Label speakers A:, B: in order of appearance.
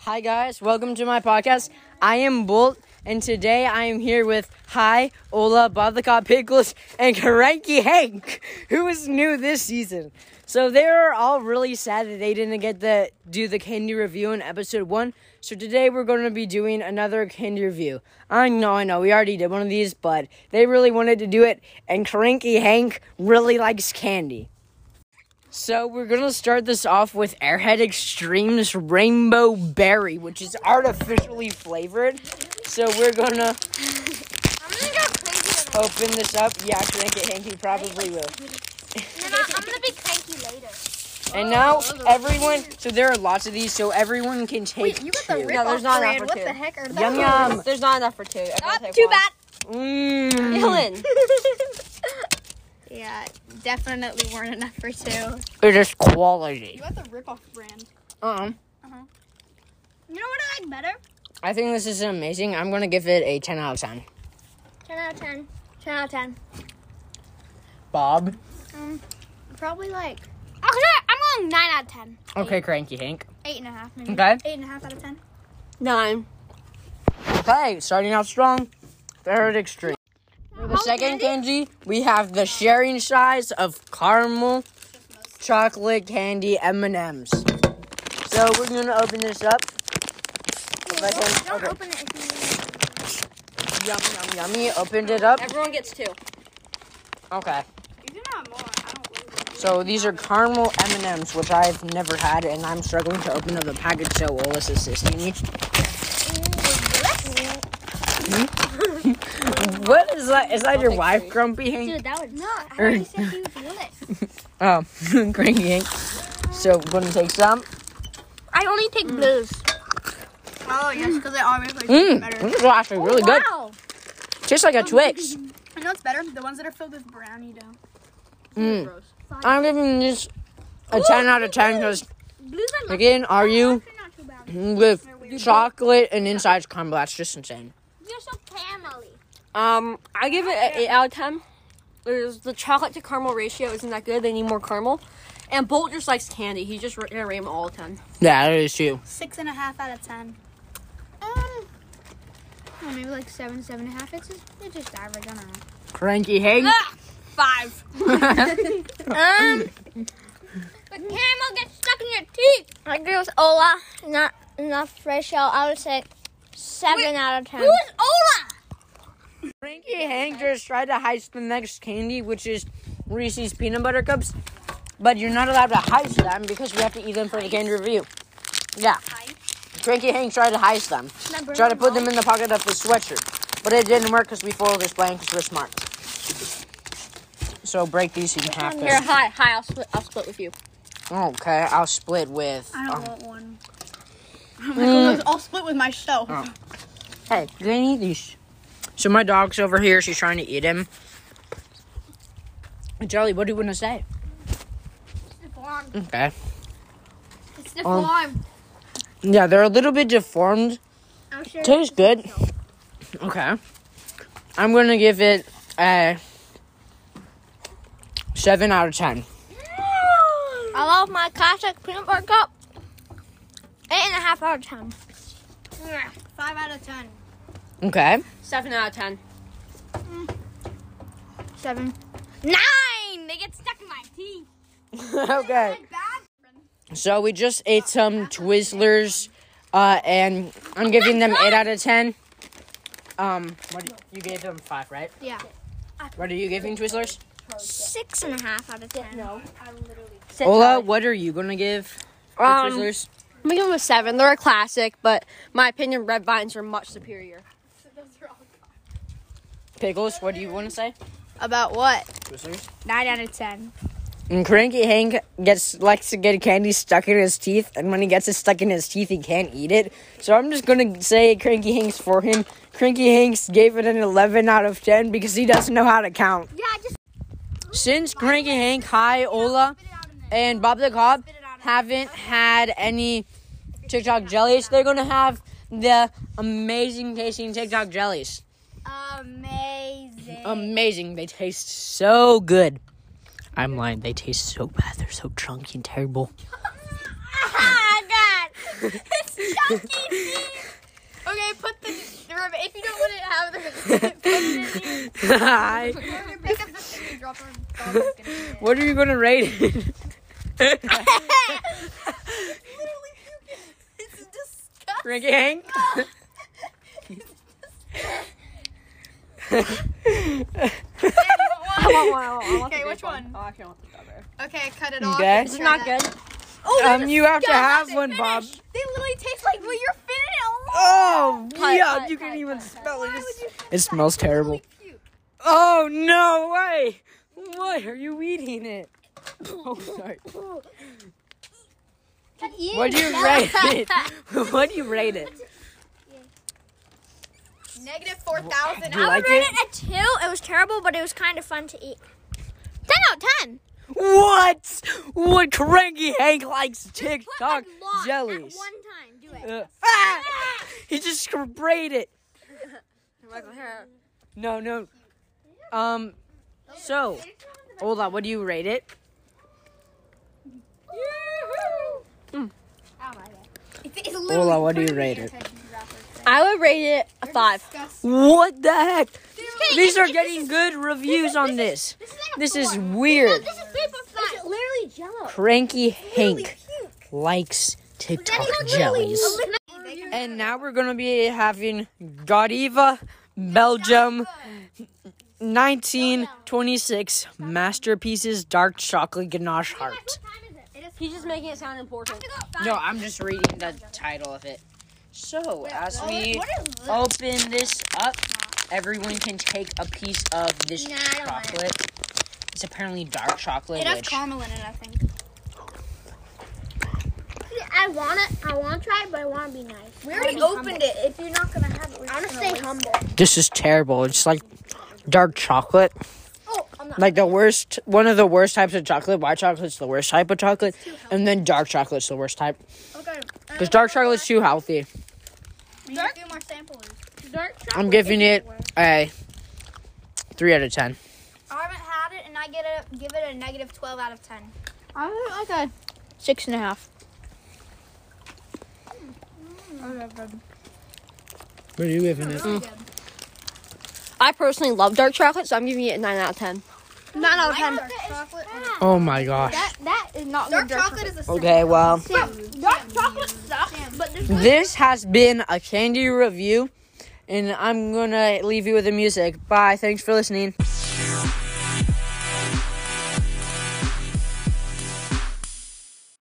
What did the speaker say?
A: Hi guys, welcome to my podcast. I am Bolt, and today I am here with Hi, Ola, Bob the Cop Pickles, and Karanky Hank, who is new this season. So they are all really sad that they didn't get to do the candy review in episode one. So today we're going to be doing another candy review. I know, I know, we already did one of these, but they really wanted to do it, and Karanky Hank really likes candy. So we're gonna start this off with Airhead Extreme's Rainbow Berry, which is artificially flavored. So we're gonna
B: I'm gonna go cranky. later.
A: open this up. Yeah, Cranky Hanky probably will.
B: No, no, I'm gonna be cranky later.
A: And now everyone, so there are lots of these, so everyone can take two.
C: No, there's not enough for
B: What
C: two. Um,
B: the heck are those?
A: Yum yum.
C: There's not enough for two. I
B: Oh,
C: gotta take
B: too
C: one. Mm-hmm.
B: bad.
A: Mmm.
C: Dylan.
B: Yeah, definitely weren't enough for two.
A: Mm. It is quality.
D: You got the ripoff brand.
A: Uh-uh.
B: You know what I like better?
A: I think this is amazing. I'm gonna give it a 10 out of 10.
B: 10 out of 10. 10 out of 10.
A: Bob.
B: Probably like. Oh, I'm going 9 out of 10.
A: Okay, Cranky Hank.
B: 8.5 maybe.
A: Okay.
B: 8.5 out of 10.
C: Nine.
A: Okay, starting out strong. Third extreme. For the second candy, we have the sharing size of caramel chocolate candy M&Ms. So we're gonna open this up. Like, um,
B: Don't
A: okay,
B: open it if you
A: Yum yum yummy. Opened it up.
C: Everyone gets two.
A: Okay.
D: You can have more. I don't like them.
A: So these are caramel M&Ms, which I've never had, and I'm struggling to open up the package. So Ola's assisting me. What is that? Is that your wife, Grumpy Hank?
B: Dude, that would. Oh, No, I already said you would do it.
A: Oh, Cranky Hank. So we're gonna take some.
B: I only take blues.
D: Oh, yes, because they obviously taste
A: Mmm,
D: better.
A: this is actually really good.
B: Wow.
A: Tastes like a Twix.
D: You know what's better? The ones that are filled with brownie dough.
A: Mm. I'm giving this a 10 out of 10 because,
B: Blues are not,
A: again, are you
B: actually not too bad.
A: with chocolate and inside's caramel? That's just insane.
B: You're so caramelly.
C: Um, I give it an eight out of ten. There's the chocolate to caramel ratio isn't that good. They need more caramel. And Bolt just likes candy. He just ra- gonna rate him all ten.
A: Yeah, that is too.
D: Six and a half out of ten.
B: Um, well, maybe like seven, seven and a half. It's just, it's just average. I don't know.
A: Cranky Hank.
C: Five.
A: Ah!
B: Um, the caramel gets stuck in your teeth. I agree with Ola. Not enough ratio. I would say seven out of ten. Who is Ola?
A: Cranky Hank just tried to heist the next candy, which is Reese's peanut butter cups. But you're not allowed to heist them because we have to eat them for the candy review. Yeah. Cranky Hank tried to heist them. Tried to put them in the pocket of his sweatshirt. But it didn't work because we foiled his plan because we're smart. So break these in half.
C: Here,
A: There.
C: hi, hi. I'll split. I'll split with you.
A: Okay, I'll split with.
D: I don't
A: um,
D: want one. Mm. Because I'll split with myself.
A: Oh. hey, you can eat these. So my dog's over here. She's trying to eat him. Charlie, what do you want to say?
B: It's deformed.
A: Okay.
B: It's deformed.
A: Yeah, they're a little bit deformed.
B: I'm sure.
A: Tastes good. Okay. I'm gonna give it a seven out of ten.
B: I love my classic peanut butter cup. Eight and a half out of ten.
D: Five out of ten.
A: Okay.
C: Seven out of ten.
B: Seven. Nine. They get stuck in my teeth.
A: okay. So we just ate some Twizzlers, uh, and I'm giving them eight out of ten. Um, what, you gave them five, right?
B: Yeah.
A: What are you giving Twizzlers?
B: Six and a half out of ten. No.
C: Six
A: Ola,
C: out of-
A: what are you gonna give the
C: Um,
A: Twizzlers?
C: I'm gonna give them a seven. They're a classic, but my opinion, red vines are much superior.
A: Pickles, what do you want to say?
D: About what?
A: Twizzlers.
B: Nine out of ten.
A: And Cranky Hank gets likes to get candy stuck in his teeth, and when he gets it stuck in his teeth, he can't eat it. So I'm just gonna say Cranky Hanks for him. Cranky Hanks gave it an 11 out of 10 because he doesn't know how to count.
B: Yeah, I just
A: Since Cranky Hank, Hi, Ola, and Bob the Cop haven't had any TikTok jellies, they're gonna have the amazing tasting TikTok jellies.
B: eh. amazing.
A: Amazing. They taste so good.
B: Ah,
A: I'm lying. They taste so bad. They're so chunky and terrible.
B: Oh my god. it's Chuck E. Cheese. Okay, put the, the rem- if you don't want to have the put it in here.
A: Hi.
D: Pick up the thing and drop it.
A: What are you gonna rate it?
B: It's disgusting.
A: Frankie Hank?
C: I want one. I want one. I want the
D: Okay,
C: big
D: which one?
C: Oh, I actually want the strawberry.
D: Okay, cut it off.
A: Okay.
C: This is not good.
A: Um, you have to have one, Bob.
B: They literally taste like well, you're finna.
A: Oh,
C: Cut,
A: yeah,
C: cut,
A: you
C: cut,
A: can't even
C: cut,
A: smell it. It's- It smells terrible. Oh, no way. What are you eating it? Oh, sorry. What do you rate it? What do you rate it?
D: Negative 4,000.
A: Do you
B: I
A: like
B: would rate it a two. It was terrible, but it was kind of fun to eat. Ten out of ten.
A: What? What cranky Hank likes TikTok
B: Put a lot
A: jellies?
B: At one time, do it.
A: Uh, ah! He just sprayed it.
C: Michael, here.
A: No, no. Um, so, hold on. What do you rate it?
D: Mm. It's, it's literally
A: Ola, what do you
D: put
A: rate
D: in
A: it?
D: your teddy wrapper.
C: I would rate it a five.
D: Disgusting.
A: What the heck? These are
B: This
A: getting good reviews on this.
B: This is, like a
A: This
B: four.
A: is
B: No,
A: weird.
B: This is paper flat. It's literally jello.
A: Cranky Hank likes TikTok jellies. And now we're gonna be having Godiva Belgium 1926 Masterpieces Dark Chocolate Ganache Heart.
C: He's just making it sound important.
A: No, I'm just reading the title of it. So, as
D: Oh,
A: we open this up, everyone can take a piece of this
B: Nah, I don't want it.
A: chocolate. It's apparently dark chocolate,
D: It has
A: which
D: caramel in it, I think.
B: I want it. I want to try it, but I want to be nice.
D: We already opened it. If you're not gonna have it, we're
B: I want to
D: just
B: stay
D: gonna
B: humble.
A: this is terrible. It's like dark chocolate.
B: Oh, I'm not.
A: Like the worst, one of the worst types of chocolate. White chocolate's the worst type of chocolate, and then dark chocolate's the worst type.
D: Okay.
A: Because dark chocolate's too healthy.
D: We need a few more samples.
B: Dark chocolate
A: I'm giving
B: is
A: it
B: the worst.
A: a three out of ten.
D: I haven't had it, and I get it. Give it a negative 12 out of 10.
B: I like a six and a half.
D: Mm.
A: What are you giving it?
C: I personally love dark chocolate, so I'm giving it a nine out of ten.
B: Nine
D: Oh,
B: out of ten.
D: Dark chocolate.
A: Oh my gosh.
B: That that is not
D: Dark
B: good.
D: chocolate is a
A: Okay, well.
D: Dark chocolate sucks, but there's
A: this has been a candy review and i'm gonna leave you with the music bye thanks for listening